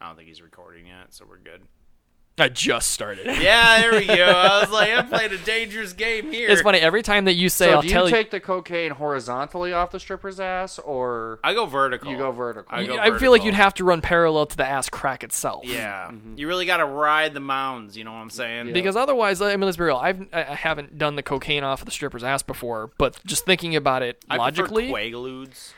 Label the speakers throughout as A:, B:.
A: I don't think he's recording yet, so we're good.
B: I just started.
A: Yeah, there we go. I was like, I'm playing a dangerous game here.
B: It's funny every time that you say
C: So
B: I'll
C: do
B: tell
C: you take the cocaine horizontally off the stripper's ass, or
A: I go vertical.
C: you go vertical?
A: I go
B: I feel like
A: vertical.
B: you'd have to run parallel to the ass crack itself.
A: Yeah,
C: Mm-hmm.
A: you really got to ride the mounds. You know what I'm saying?
B: Because otherwise, I mean, let's be real. I've I I haven't done the cocaine off of the stripper's ass before, but just thinking about it
A: I prefer
B: logically,
A: Quaaludes.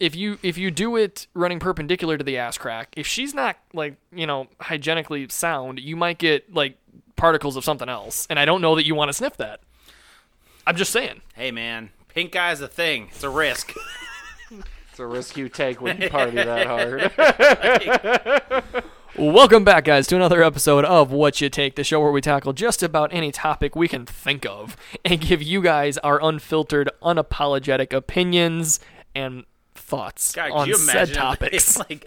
B: if you if you do it running perpendicular to the ass crack, if she's not like you know hygienically sound, you might get like particles of something else, and I don't know that you want to sniff that. I'm just saying.
A: Hey man, pink eye's a thing. It's a risk.
C: It's a risk you take when you party that hard.
B: Welcome back, guys, to another episode of What You Take, the show where we tackle just about any topic we can think of and give you guys our unfiltered, unapologetic opinions and thoughts
A: God,
B: on
A: can you imagine
B: said
A: if it's
B: topics.
A: Like,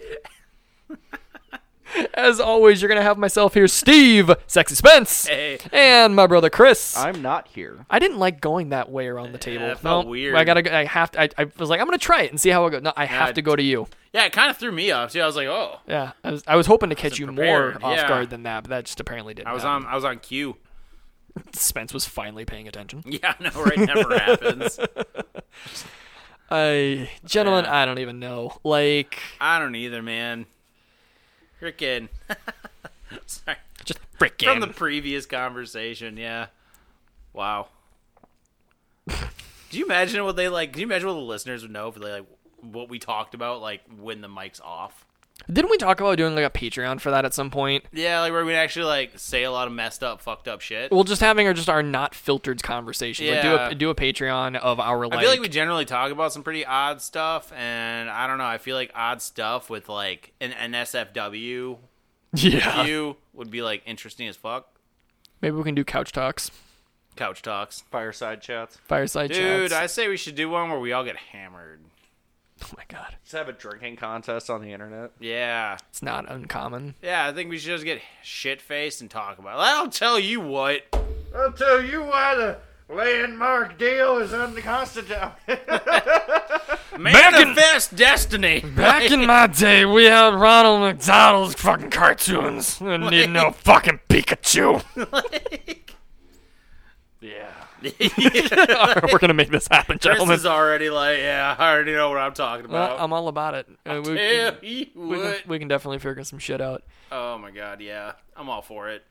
B: As always, you're going to have myself here, Steve, Sexy Spence,
A: Hey.
B: and my brother Chris.
C: I'm not here.
B: I didn't like going that way around the table.
A: that felt
B: No,
A: weird.
B: I gotta. go- I have to. I, I was like, I'm gonna try it and see how it goes. No, I have
A: Yeah,
B: to go to you.
A: yeah, it kind of threw me off too. I was like, oh,
B: Yeah, I was. I was hoping to catch you
A: prepared,
B: more off
A: yeah.
B: guard than that, but that just apparently didn't.
A: I was
B: happen.
A: on, I was on cue.
B: Spence was finally paying attention.
A: Yeah, no, right, never happens.
B: I, Uh, gentlemen,
A: Yeah.
B: I don't even know. Like,
A: I don't either, man. Frickin' sorry
B: just
A: from
B: freaking.
A: the previous conversation. Yeah, wow. do you imagine what they like? Do you imagine what the listeners would know if they like what we talked about, like when the mic's off?
B: Didn't we talk about doing like a Patreon for that at some point?
A: Yeah, like where we actually like say a lot of messed up, fucked up shit.
B: Well, just having our just our not filtered conversations. Like, do
A: Yeah.
B: a do a Patreon of our like.
A: I feel like we generally talk about some pretty odd stuff, and I don't know. I feel like odd stuff with like an NSFW
B: yeah.
A: view would be like interesting as fuck.
B: Maybe we can do couch talks,
A: Couch talks,
C: Fireside chats.
B: fireside
A: dude. I
B: chats.
A: say we should do one where we all get hammered.
B: Oh my god,
C: Just have a drinking contest on the internet.
A: Yeah,
B: it's not uncommon.
A: yeah. I think we should just get shit faced and talk about. it. I'll tell you what.
C: I'll tell you why the landmark deal is unconstitutional.
B: Back in-
A: Manifest destiny.
B: Back in my day, we had Ronald McDonald's fucking cartoons. We didn't need no fucking Pikachu.
C: yeah.
B: All right, we're gonna make this happen,
A: Chris
B: gentlemen.
A: is already like, yeah, I already know what I'm talking
B: Well,
A: about.
B: I'm all about it. Uh, we,
A: Tell you
B: we can,
A: what.
B: we can definitely figure some shit out.
A: Oh my god, yeah, I'm all for it.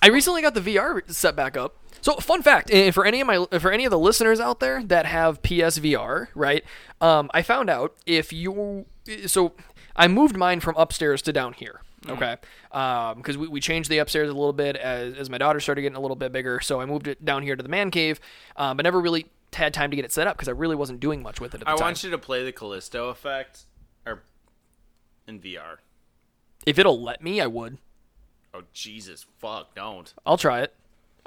B: I recently got the VR set back up. So, fun fact, and for any of my for any of the listeners out there that have PSVR, right? Um, I found out if you so I moved mine from upstairs to down here.
A: Mm.
B: Okay, because we, we changed the upstairs a little bit as, as my daughter started getting a little bit bigger, so I moved it down here to the man cave, um, but never really had time to get it set up because I really wasn't doing much with it at the
A: I
B: time.
A: want you to play the Callisto effect or in VR.
B: if it'll let me, I would.
A: Oh Jesus, fuck, don't.
B: I'll try it.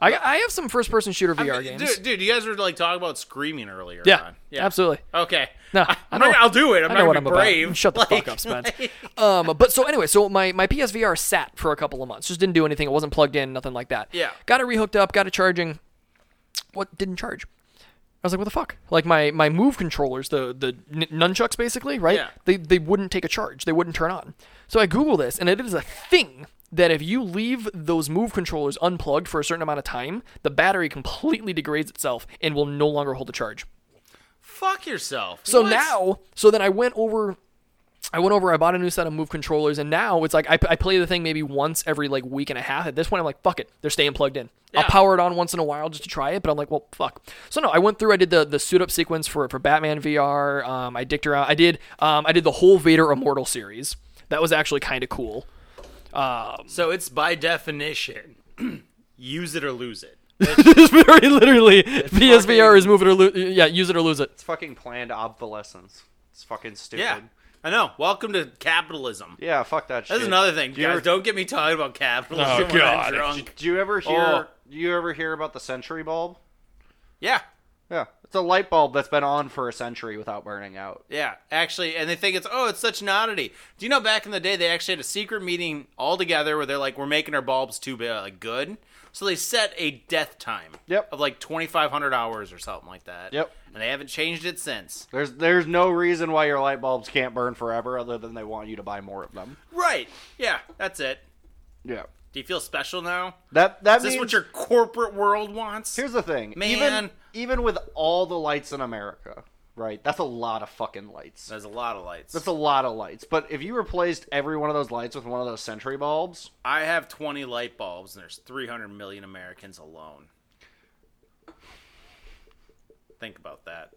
B: I, I have some first person shooter VR games.
A: Dude, dude, you guys were like talking about screaming earlier.
B: yeah,
A: on.
B: absolutely.
A: Okay.
B: No,
A: I,
B: I
A: am
B: know-
A: not, I'll do it. I'm
B: I
A: not
B: know what
A: gonna
B: I'm
A: be
B: about.
A: brave.
B: Shut the
A: Like-
B: fuck up, Spence. um, but so anyway, so my my PSVR sat for a couple of months. Just didn't do anything. It wasn't plugged in, nothing like that.
A: Yeah.
B: Got it rehooked up. Got it charging. What didn't charge? I was like, what the fuck? Like my my move controllers, the the n- nunchucks, basically, right?
A: Yeah.
B: They they wouldn't take a charge. They wouldn't turn on. So I Google this, and it is a thing that if you leave those move controllers unplugged for a certain amount of time, the battery completely degrades itself and will no longer hold a charge.
A: fuck yourself.
B: So
A: What?
B: now, so then I went over. I went over. I bought a new set of Move controllers, and now it's like I, I play the thing maybe once every like week and a half. At this point, I'm like, fuck it, they're staying plugged in. I'll
A: Yeah.
B: power it on once in a while just to try it, but I'm like, well, fuck. So no, I went through. I did the the suit up sequence for for Batman VR. Um, I dicked around. I did um, I did the whole Vader Immortal series. That was actually kind of cool.
A: So it's by definition, use it or lose it.
B: it's very literally PSVR is move it or lose. Yeah, use it or lose it.
D: It's fucking planned obsolescence. It's fucking stupid.
A: Yeah, I know. Welcome to capitalism.
D: Yeah, fuck that shit.
A: That's another thing.
D: Do you,
A: Guys,
D: ever,
A: don't get me talking about capitalism.
B: Oh,
A: when I'm
B: God.
A: drunk.
D: do you ever hear
A: Oh.
D: do you ever hear about the century bulb?
A: Yeah,
D: Yeah. It's a light bulb that's been on for a century without burning out.
A: yeah. Actually, and they think it's oh, it's such an oddity. Do you know back in the day they actually had a secret meeting all together where they're like, we're making our bulbs too big, like good. So they set a death time.
D: Yep.
A: Of like twenty five hundred hours or something like that.
D: Yep.
A: And they haven't changed it since.
D: There's there's no reason why your light bulbs can't burn forever other than they want you to buy more of them.
A: Right. Yeah. That's it.
D: Yeah.
A: Do you feel special now?
D: That that
A: Is
D: means
A: this what your corporate world wants?
D: Here's the thing. Even
A: Man.
D: even with all the lights in America, right? That's a lot of fucking lights.
A: There's a lot of lights.
D: That's a lot of lights. But if you replaced every one of those lights with one of those century bulbs,
A: I have 20 light bulbs, and there's 300 million Americans alone. Think about that.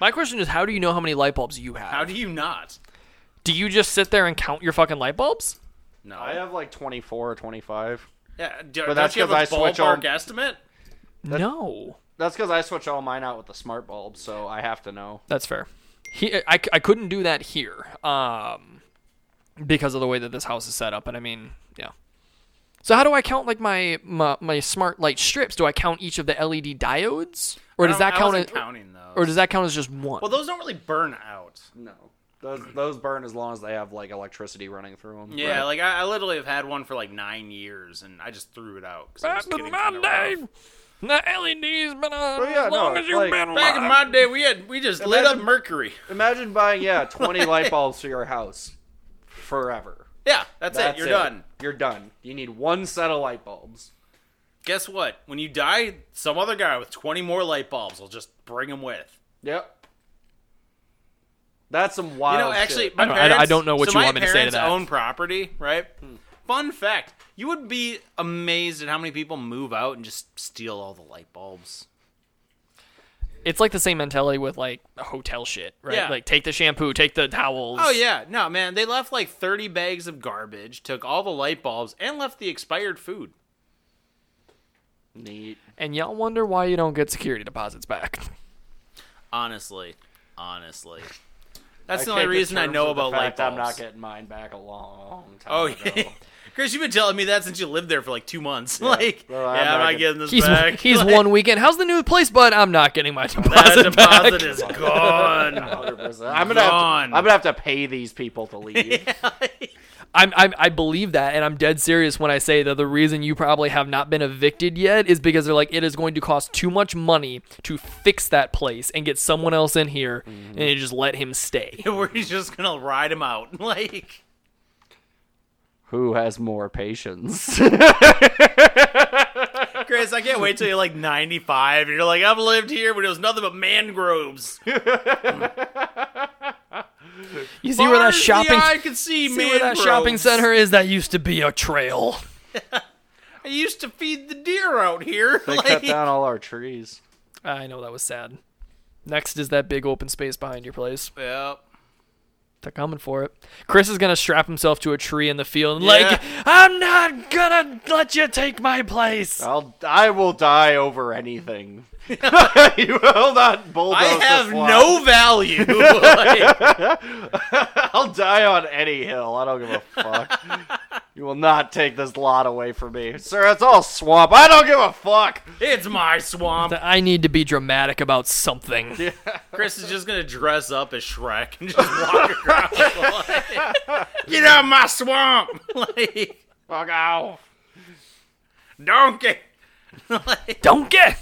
B: My question is, how do you know how many light bulbs you have?
A: How do you not?
B: do you just sit there and count your fucking light bulbs?
A: No.
D: I have like 24 or 25.
A: yeah, do,
D: but
A: but
D: that's
A: that's you have
D: 'cause
A: a
D: I switch
A: ballpark
D: on-
A: estimate?
B: no,
D: That's because I switch all mine out with the smart bulbs, so I have to know.
B: that's fair. He, I, I couldn't do that here, um, because of the way that this house is set up. And I mean, yeah. So how do I count like my my, my smart light strips? Do I count each of the LED diodes, or does
A: I don't-
B: that
A: I
B: count as
A: wasn't counting those?
B: or does that count as just one?
A: well, those don't really burn out.
D: No. Those, those burn as long as they have like electricity running through them.
A: Yeah, like I, I literally have had one for like nine years, and I just threw it out. 'cause it
B: Back
A: was
B: in
A: getting
B: my
A: kinda
B: day,
A: rough.
B: the LED's been on
D: Well, yeah,
B: as long
D: no,
B: as you've
D: like,
B: been
A: Back in
B: alive.
A: my day, we had we just lit up
D: Imagine-
A: mercury.
D: imagine buying yeah 20 light bulbs for your house forever.
A: Yeah, that's, it. You're done.
D: You're done. You need one set of light bulbs.
A: Guess what? When you die, some other guy with 20 more light bulbs will just bring them with.
D: Yep. That's some
A: You
D: wild.
A: know, actually,
D: shit.
A: my
B: I don't- I
A: parents,
B: don't know what
A: so
B: you
A: my
B: want me to say to
A: parents
B: that.
A: Own property, right? Fun fact: You would be amazed at how many people move out and just steal all the light bulbs.
B: It's like the same mentality with like hotel shit, right?
A: Yeah.
B: Like take the shampoo, take the towels.
A: Oh yeah, no man, they left like thirty bags of garbage, took all the light bulbs, and left the expired food.
D: neat.
B: And y'all wonder why you don't get security deposits back.
A: Honestly, honestly, that's
D: I
A: the only
D: came to
A: reason I
D: terms
A: know
D: with the
A: about light
D: fact
A: bulbs.
D: I'm not getting mine back a long time
A: Oh
D: ago.
A: yeah, Chris, you've been telling me that since you lived there for like two months. like,
D: Well, I'm
A: yeah, I'm not
D: not gonna-
A: getting this
B: He's
A: back.
B: he's
A: Like,
B: one weekend. How's the new place, bud? I'm not getting my
A: That
B: deposit back.
A: deposit is gone.
D: 100%. I'm gonna have to, I'm
A: Gone.
D: gonna have to pay these people to leave.
B: I'm, I'm I believe that, and I'm dead serious when I say that the reason you probably have not been evicted yet is because they're like it is going to cost too much money to fix that place and get someone else in here, and you just let him stay.
A: We're just gonna ride him out. Like,
D: Who has more patience?
A: Chris, I can't wait till you're like 95 and you're like, I've lived here when it was nothing but mangroves.
B: You see where that shopping
A: I could see,
B: see where that
A: mangroves.
B: shopping center is? That used to be a trail.
A: I used to feed the deer out here.
D: they
A: like,
D: cut down all our trees.
B: I know that was sad. Next is that big open space behind your place.
A: Yep.
B: They're coming for it. Chris is gonna strap himself to a tree in the field and like,
A: Yeah.
B: I'm not gonna let you take my place.
A: Oh.
D: I'll I will die over anything. you will not bulldoze.
A: I have
D: this lot.
A: no value. Like,
D: I'll die on any hill. I don't give a fuck. you will not take this lot away from me, sir. It's all swamp. I don't give a fuck.
A: it's my swamp.
B: I need to be dramatic about something.
A: Chris is just gonna dress up as Shrek and just walk around. like, Get out of my swamp. Like,
D: Fuck off.
A: donkey. Like,
B: Don't get.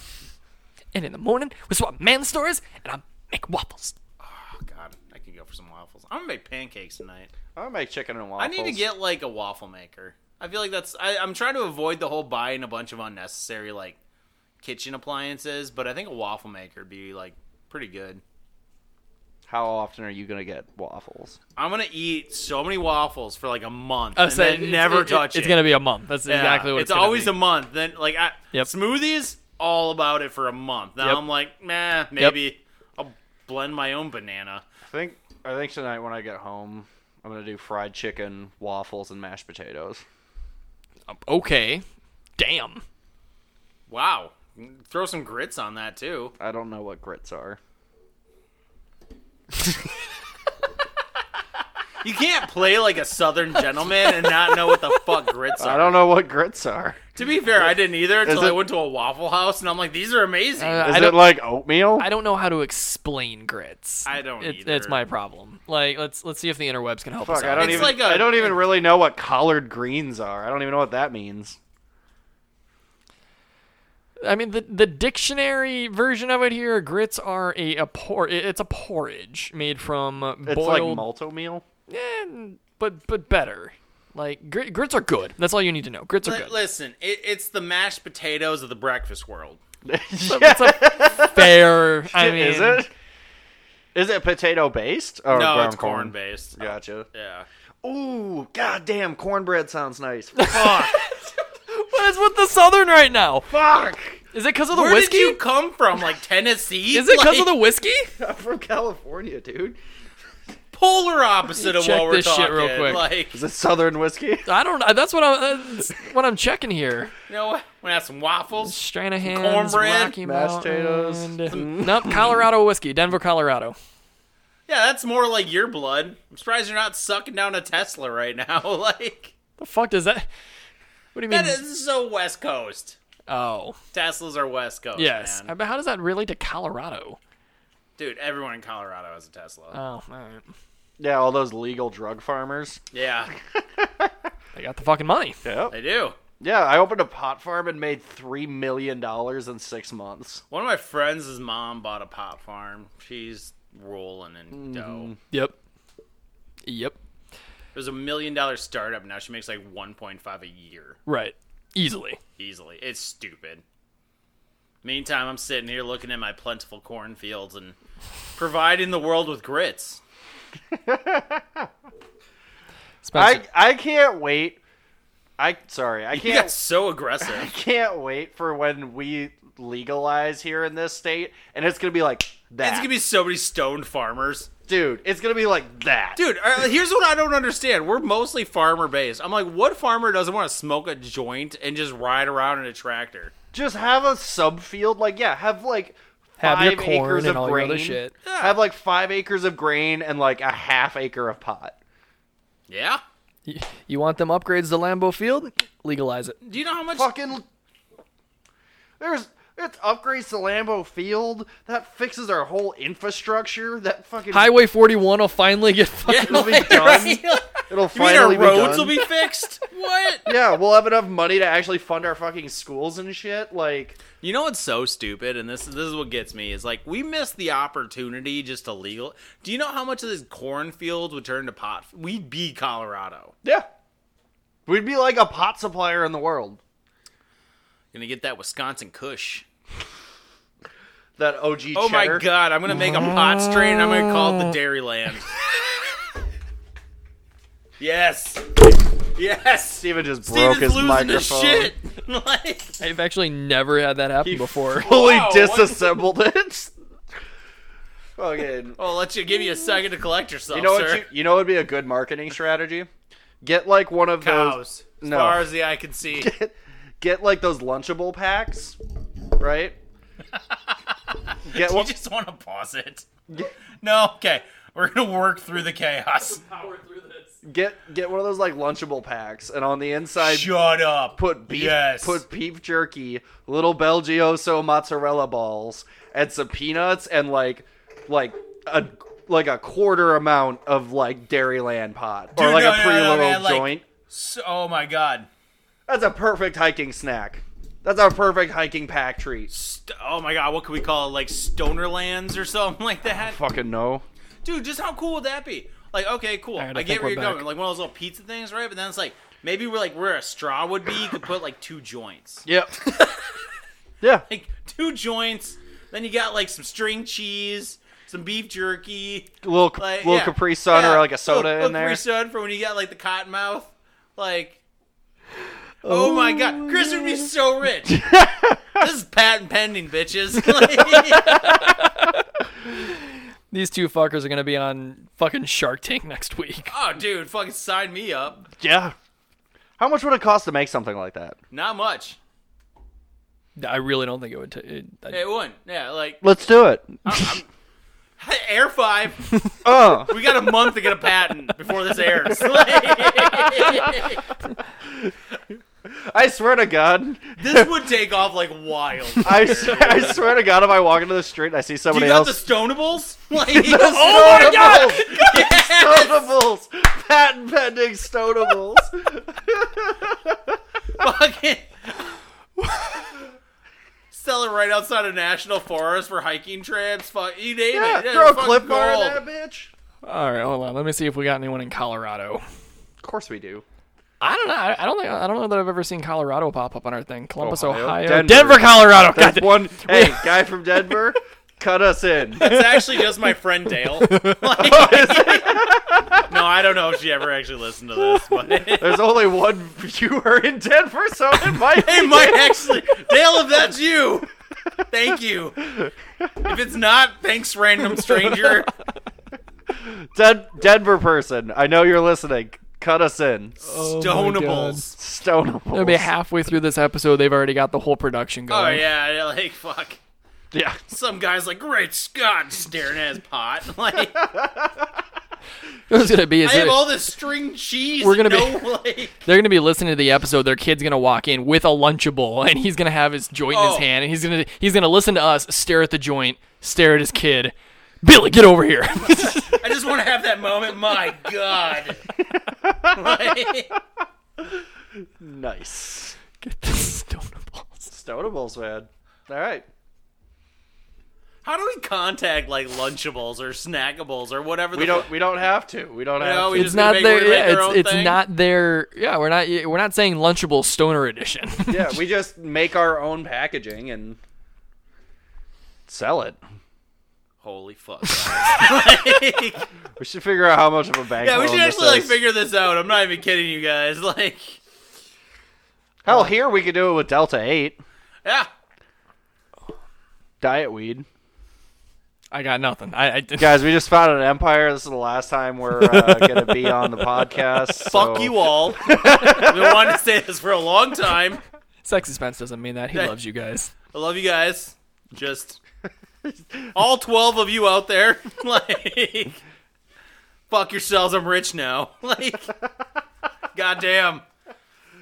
B: And in the morning, we swap man stores, and I make waffles.
A: oh God, I could go for some waffles. I'm gonna make pancakes tonight.
D: I'm gonna make chicken and
A: I
D: waffles.
A: need to get like a waffle maker. I feel like that's I, I'm trying to avoid the whole buying a bunch of unnecessary like kitchen appliances, but I think a waffle maker would be like pretty good.
D: How often are you gonna get waffles?
A: I'm gonna eat so many waffles for like a month
B: I
A: and then never touch it.
B: It's gonna be a month. That's
A: Yeah,
B: exactly what it's,
A: it's, always a month. Then like I,
B: Yep.
A: smoothies, all about it for a month. Now
B: Yep.
A: I'm like, nah, maybe I'll blend my own banana.
D: I think I think tonight when I get home, I'm gonna do fried chicken, waffles, and mashed potatoes.
B: a okay. Damn.
A: Wow. Throw some grits on that too.
D: I don't know what grits are.
A: You can't play like a southern gentleman and not know what the fuck grits
D: I
A: are.
D: don't know what grits are.
A: To be fair, I didn't either until I
D: it-
A: went to a Waffle House and I'm like, these are amazing.
B: Uh,
D: Is
B: I
D: it
B: don't.
D: like oatmeal?
B: I don't know how to explain grits.
A: I don't
B: It's,
A: either.
B: it's my problem. Like let's let's see if the interwebs can help us
D: Fuck,
B: out.
D: I don't
A: It's
D: even.
A: like a-
D: I don't even really know what collard greens are. I don't even know what that means.
B: I mean, the the dictionary version of it here, grits are a, a por- it's a porridge made from uh,
D: It's like
B: boiled,
D: malto meal.
B: Eh, but but better. Like gr- grits are good. That's all you need to know. Grits are
A: Li-
B: good.
A: listen, it, it's the mashed potatoes of the breakfast world.
B: It's a fair. I mean,
D: is it? Is it potato based? Or
A: no,
D: ground
A: it's corn based.
D: Gotcha.
A: Yeah.
D: Ooh, goddamn, cornbread sounds nice.
B: What is with the southern right now?
D: Fuck!
B: Is it because of the
A: Where
B: whiskey?
A: did you come from? Like Tennessee?
B: Is it because of
A: Like,
B: the whiskey?
D: I'm from California, dude.
A: polar opposite of
B: Check
A: what we're
B: this
A: talking?
B: shit real quick.
A: Like,
D: Is it Southern whiskey?
B: I don't. know. That's what I'm. That's what I'm checking here.
A: you know what? We have some waffles.
B: Stranahan's
A: Cornbread,
B: Rocky
D: mashed potatoes.
B: Mountain. Nope, Colorado whiskey, Denver, Colorado.
A: Yeah, that's more like your blood. I'm surprised you're not sucking down a Tesla right now. like,
B: The fuck does that? What do you mean?
A: that is so West Coast.
B: oh,
A: Teslas are West Coast.
B: yes.
A: man.
B: But how does that relate to Colorado?
A: dude. Everyone in Colorado has a Tesla.
B: Oh, all right.
D: Yeah, all those legal drug farmers.
A: yeah,
B: They got the fucking money.
D: Yep.
A: they do.
D: Yeah, I opened a pot farm and made $3 million in six months.
A: One of my friends' his mom bought a pot farm. She's rolling in dough.
B: Yep. Yep.
A: It was a million dollar startup. Now she makes like 1.5 a year
B: Right. Easily.
A: easily. It's stupid. Meantime, I'm sitting here looking at my plentiful cornfields and providing the world with grits.
B: Spencer,
D: I, I can't wait. I sorry, I
A: He
D: can't
A: got so aggressive.
D: can't wait for when we legalize here in this state, and it's gonna be like that.
A: It's gonna be so many stoned farmers.
D: dude. It's gonna be like that,
A: Dude, uh, here's what I don't understand. We're mostly farmer based. I'm like, what farmer doesn't want to smoke a joint and just ride around in a tractor?
D: Just have a subfield, like yeah, have like
B: have
D: five
B: your corn
D: acres
B: and
D: of
B: all
D: grain.
B: your other shit.
D: Have like five acres of grain and like a half acre of pot.
A: Yeah.
B: You, you want them upgrades to Lambeau Field? Legalize it.
A: Do you know how much?
D: Fucking there's. It's upgrades to Lambeau Field. That fixes our whole infrastructure. That fucking
B: Highway 41 will finally get fucking.
D: will be done. It'll
A: You mean our
D: finally
A: roads
D: be done.
A: will be fixed? what?
D: yeah, we'll have enough money to actually fund our fucking schools and shit. Like,
A: You know what's so stupid, and this this is what gets me is like we missed the opportunity just to legal. Do you know how much of this cornfield would turn to pot? We'd be Colorado.
D: yeah, we'd be like a pot supplier in the world.
A: Gonna get that Wisconsin Kush.
D: That OG.
A: Oh
D: cheddar.
A: my god! I'm gonna make a pot strain. and I'm gonna call it the Dairyland. yes, yes.
D: Steven just broke
A: Steven's
D: his
A: losing his
D: microphone.
A: shit. like,
B: I've actually never had that happen before.
D: Fully
A: Wow, what-
D: disassembled it. Fucking.
A: I'll let you give you a second to collect yourself,
D: You know
A: Oh, sir.
D: what? You, you know would be a good marketing strategy. Get like one of
A: Cows, as
D: no.
A: far as the eye can see.
D: those. Get like those Lunchable packs, right? Get
A: You
D: one.
A: just want to pause it. No, okay. We're gonna work through the chaos.
D: Get get one of those like Lunchable packs, and on the inside
A: Shut up.
D: put beef,
A: Yes.
D: put beef jerky, little Belgioso mozzarella balls, and some peanuts, and like, like a like a quarter amount of like Dairyland pot or
A: Dude,
D: like
A: no,
D: a
A: no,
D: pre
A: no,
D: little
A: man, like-
D: joint.
A: So- oh my god.
D: That's a perfect hiking snack. That's a perfect hiking pack treat.
A: St- oh my god. What could we call it? Like Stonerlands or something like that.
D: Fucking no.
A: Dude, just how cool would that be? Like, okay, cool.
B: Alright, I
A: I, get
B: think
A: where
B: we're
A: you're
B: back.
A: going. Like one of those little pizza things, right? But then it's like maybe we're like where a straw would be. You could put like two joints.
D: Yep. yeah.
A: Like two joints. Then you got like some string cheese, some beef jerky.
D: Little
A: Like,
D: little
A: yeah.
D: Capri Sun
A: Yeah,
D: or like a soda
A: little-
D: in
A: little
D: there.
A: Capri Sun for when you got like the cotton mouth. Like, oh, my god, Chris would be so rich. this is patent pending, bitches. Like,
B: These two fuckers are going to be on fucking Shark Tank next week.
A: oh, dude, fucking sign me up.
D: Yeah. How much would it cost to make something like that?
A: Not much.
B: I really don't think it would. T- it, I-
A: It wouldn't. Yeah, like
D: Let's do it.
A: Uh, Air Five.
D: Oh,
A: We got a month to get a patent before this airs. Like,
D: I swear to God.
A: this would take off like wild.
D: I, s- I swear to God, if I walk into the street and I see
A: Do
D: somebody
A: you got the
D: else.
A: Stonables? Like,
D: oh
A: oh my god! Yes!
D: Stonables! Patent pending Stonables!
A: Fucking sell it right outside of National Forest for hiking trips. Fuck, you name
D: yeah,
A: it. Yeah,
D: throw a
A: fucking
D: clip bar in
A: gold.
D: that bitch.
B: All right, hold on. Let me see if we got anyone in Colorado.
D: Of course we do.
B: I don't know. I I don't think. I don't know that I've ever seen Colorado pop up on our thing. Columbus,
D: Ohio?
B: Ohio,
D: Denver.
B: Denver. Colorado. God,
D: There's one. Hey, guy from Denver, cut us in.
A: It's actually just my friend Dale. Like- no, I don't know if she ever actually listened to this, but
D: There's only one viewer in Denver, so it might.
A: Hey, Mike, actually, Dale, if that's you, thank you. If it's not, thanks, random stranger.
D: Den- Denver person, I know you're listening. Cut us in.
B: Oh my
A: Stonables.
D: Stoneable.
B: It'll be halfway through this episode. They've already got the whole production
A: Oh,
B: going.
A: yeah, yeah, like, fuck.
D: Yeah.
A: Some guy's like, great Scott, staring at his pot. Like,
B: It's gonna be.
A: I
B: It's
A: have
B: gonna,
A: all this string cheese.
B: We're gonna
A: no,
B: be-
A: like,
B: they're gonna be listening to the episode. Their kid's gonna walk in with a lunchable, and he's gonna have his joint in his
A: Oh.
B: hand, and he's gonna he's gonna listen to us stare at the joint, stare at his kid. Billy, get over here.
A: I just want to have that moment. My God. Like,
D: Nice.
B: get the stonables.
D: Stonables, man. All right.
A: how do we contact like Lunchables or Snackables or whatever?
D: We
A: the
D: don't. We don't have to. We don't have.
A: No,
D: to.
A: we
B: It's
A: just gonna
B: not
A: make-
B: their.
A: we're gonna make
B: Yeah,
A: our
B: it's
A: own
B: it's
A: thing?
B: not their. Yeah, we're not we're not saying lunchable stoner edition.
D: yeah, we just make our own packaging and sell it.
A: Holy fuck. guys. Like-
D: We should figure out how much of a bank.
A: Yeah, we
D: loan
A: should
D: this
A: actually like
D: is.
A: figure this out. I'm not even kidding you guys. Like,
D: Hell, here we could do it with Delta Eight
A: yeah,
D: diet weed.
B: I got nothing. I, I
D: Guys, we just found an empire. This is the last time we're uh, going to be on the podcast. so-
A: fuck you all. we wanted to say this for a long time.
B: Sexy Spence doesn't mean that. He loves you guys.
A: I love you guys. Just all twelve of you out there. Like, fuck yourselves. I'm rich now. Like, goddamn.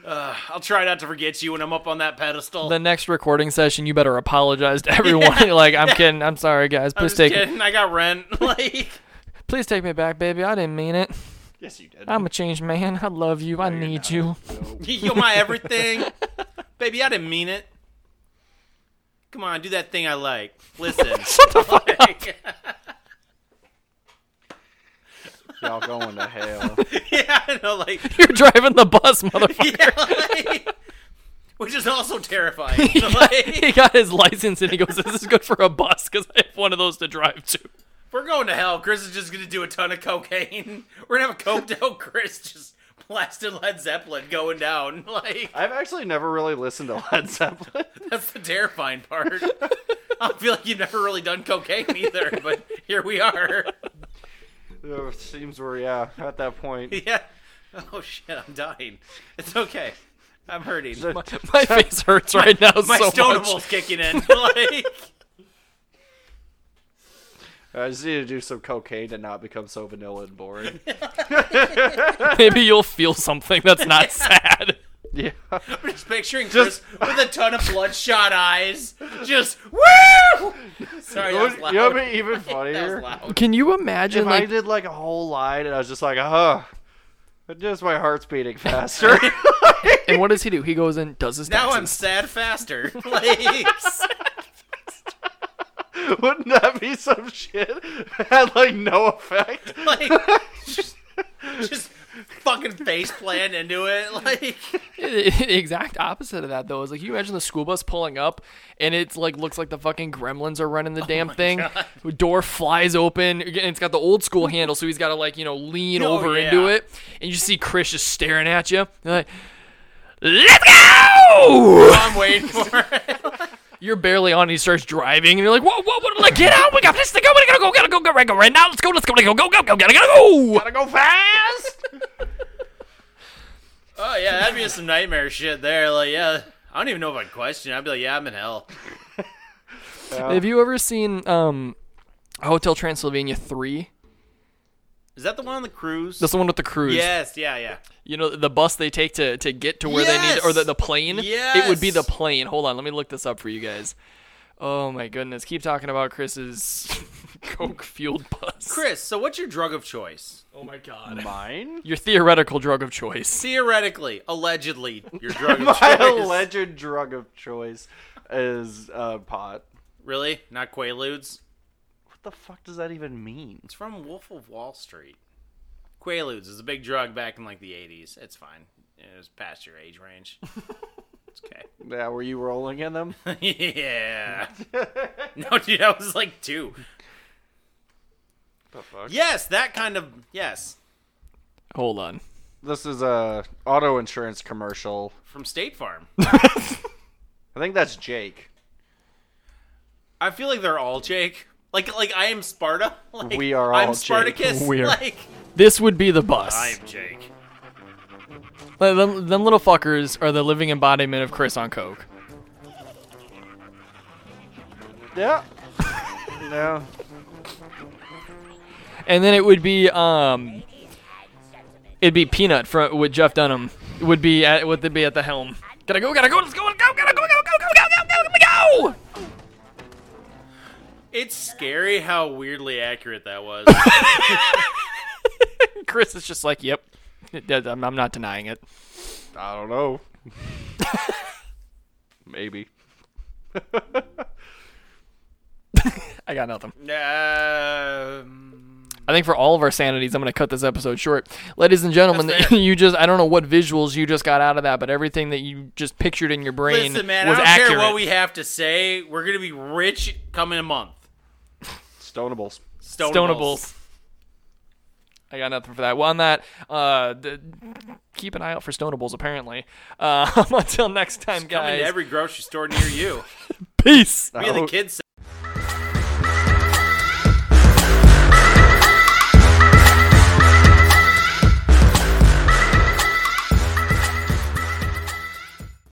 A: Uh, I'll try not to forget you when I'm up on that pedestal.
B: The next recording session, you better apologize to everyone. like, I'm kidding. I'm sorry, guys.
A: I'm
B: Please
A: just
B: take,
A: kidding. I got rent. Like,
B: please take me back, baby. I didn't mean it.
D: Yes, you
A: Ah.
D: did.
B: I'm a changed man. I love you. I need you.
A: you're my everything, baby. I didn't mean it. Come on, do that thing I like. Listen.
D: Y'all going to hell.
A: yeah, I know, like,
B: You're driving the bus, motherfucker.
A: yeah, like, which is also terrifying. Like,
B: he got his license and he goes, "This is good for a bus because I have one of those to drive to."
A: we're going to hell. Chris is just gonna do a ton of cocaine. We're gonna have a coked out Chris just blasted Led Zeppelin going down. Like,
D: I've actually never really listened to Led Zeppelin.
A: that's the terrifying part. I feel like you've never really done cocaine either, but here we are.
D: It seems we're, yeah, at that point.
A: Yeah. Oh shit, I'm dying. It's okay. I'm hurting.
B: My, my face hurts right now
A: My
B: so
A: stonable's
B: much.
A: kicking in. Like,
D: I just need to do some cocaine to not become so vanilla and boring.
B: Maybe you'll feel something that's not sad.
D: Yeah.
A: I'm just picturing
D: Just-
A: Chris with a ton of bloodshot eyes. Just woo! Sorry, that
D: You
A: was
D: know
A: loud.
D: what would be even
A: that was
D: funnier?
A: loud.
B: Can you imagine?
D: If I
B: like,
D: did like a whole line and I was just like, huh, just my heart's beating faster.
B: and what does he do? He goes and does his
A: Now
B: taxes.
A: I'm sad faster. Like,
D: Wouldn't that be some shit? Had like no effect.
A: like just, just fucking face plant into it. Like,
B: the exact opposite of that though is like you imagine the school bus pulling up and it's like looks like the fucking gremlins are running the
A: Oh
B: damn thing door flies open and it's got the old school handle so he's got to like you know lean
A: Oh,
B: over
A: yeah.
B: into it and you see chris just staring at you You're like let's go
A: I'm waiting for it.
B: you're barely on and he starts driving and you're like whoa whoa whoa like, get out we got this to go we gotta go gotta go gotta go right now let's go let's go let's go go go go gotta go
D: Gotta go fast.
A: Oh yeah, that'd be some nightmare shit there. Like, yeah, I don't even know if I'd question. it. I'd be like, yeah, I'm in hell.
B: Have you ever seen um, Hotel Transylvania 3?
A: Is that the one on the cruise?
B: That's the one with the cruise.
A: yes, yeah, yeah.
B: You know, the bus they take to, to get to where they need, or the,
A: Yes!
B: the plane? It would be the
A: Yes!
B: plane. Hold on, let me look this up for you guys. Oh my goodness. Keep talking about Chris's coke fueled bus.
A: Chris, so what's your drug of choice?
B: Oh my god.
D: Mine?
B: Your theoretical drug of choice.
A: Theoretically, allegedly, your drug of
D: My
A: choice.
D: alleged drug of choice is uh, pot.
A: really? Not Quaaludes?
D: What the fuck does that even mean?
A: It's from Wolf of Wall Street. Quaaludes is a big drug back in like the 80s. It's fine. It was past your age range. It's okay.
D: Yeah, were you rolling in them?
A: yeah. No, dude, I was like two.
D: the fuck?
A: Yes, that kind of yes
B: Hold on.
D: This is a auto insurance commercial.
A: from State Farm.
D: I think that's Jake.
A: I feel like they're all Jake. Like like I am Sparta. Like,
D: We are all
A: I'm
D: Jake.
A: Spartacus.
B: We are-
A: Like
B: This would be the bus.
A: I am Jake.
B: Like, Them, them little fuckers are the living embodiment of Chris on coke.
D: Yeah. no.
B: And then it would be um, it'd be Peanut from with Jeff Dunham would be at would be at the helm. Gotta go, gotta go, let's go, gotta go, gotta go, go, go, go, go, go, go, go, go.
A: It's scary how weirdly accurate that was.
B: Chris is just like, yep, It does- I'm, I'm not denying it.
D: I don't know. Maybe.
B: I got nothing.
A: um,
B: I think for all of our sanities, I'm going to cut this episode short. Ladies and gentlemen, you just, I don't know what visuals you just got out of that, but everything that you just pictured in your brain
A: listen, man, I
B: was
A: don't
B: accurate.
A: care what we have to say. We're gonna be rich coming a month.
D: Stonables.
B: Stonables. I got nothing for that. Well, on that, uh, d- keep an eye out for Stonables, apparently. Uh, until next time,
A: Coming to
B: guys. Oh.
A: every grocery store near you.
B: Peace.
A: Me and the kids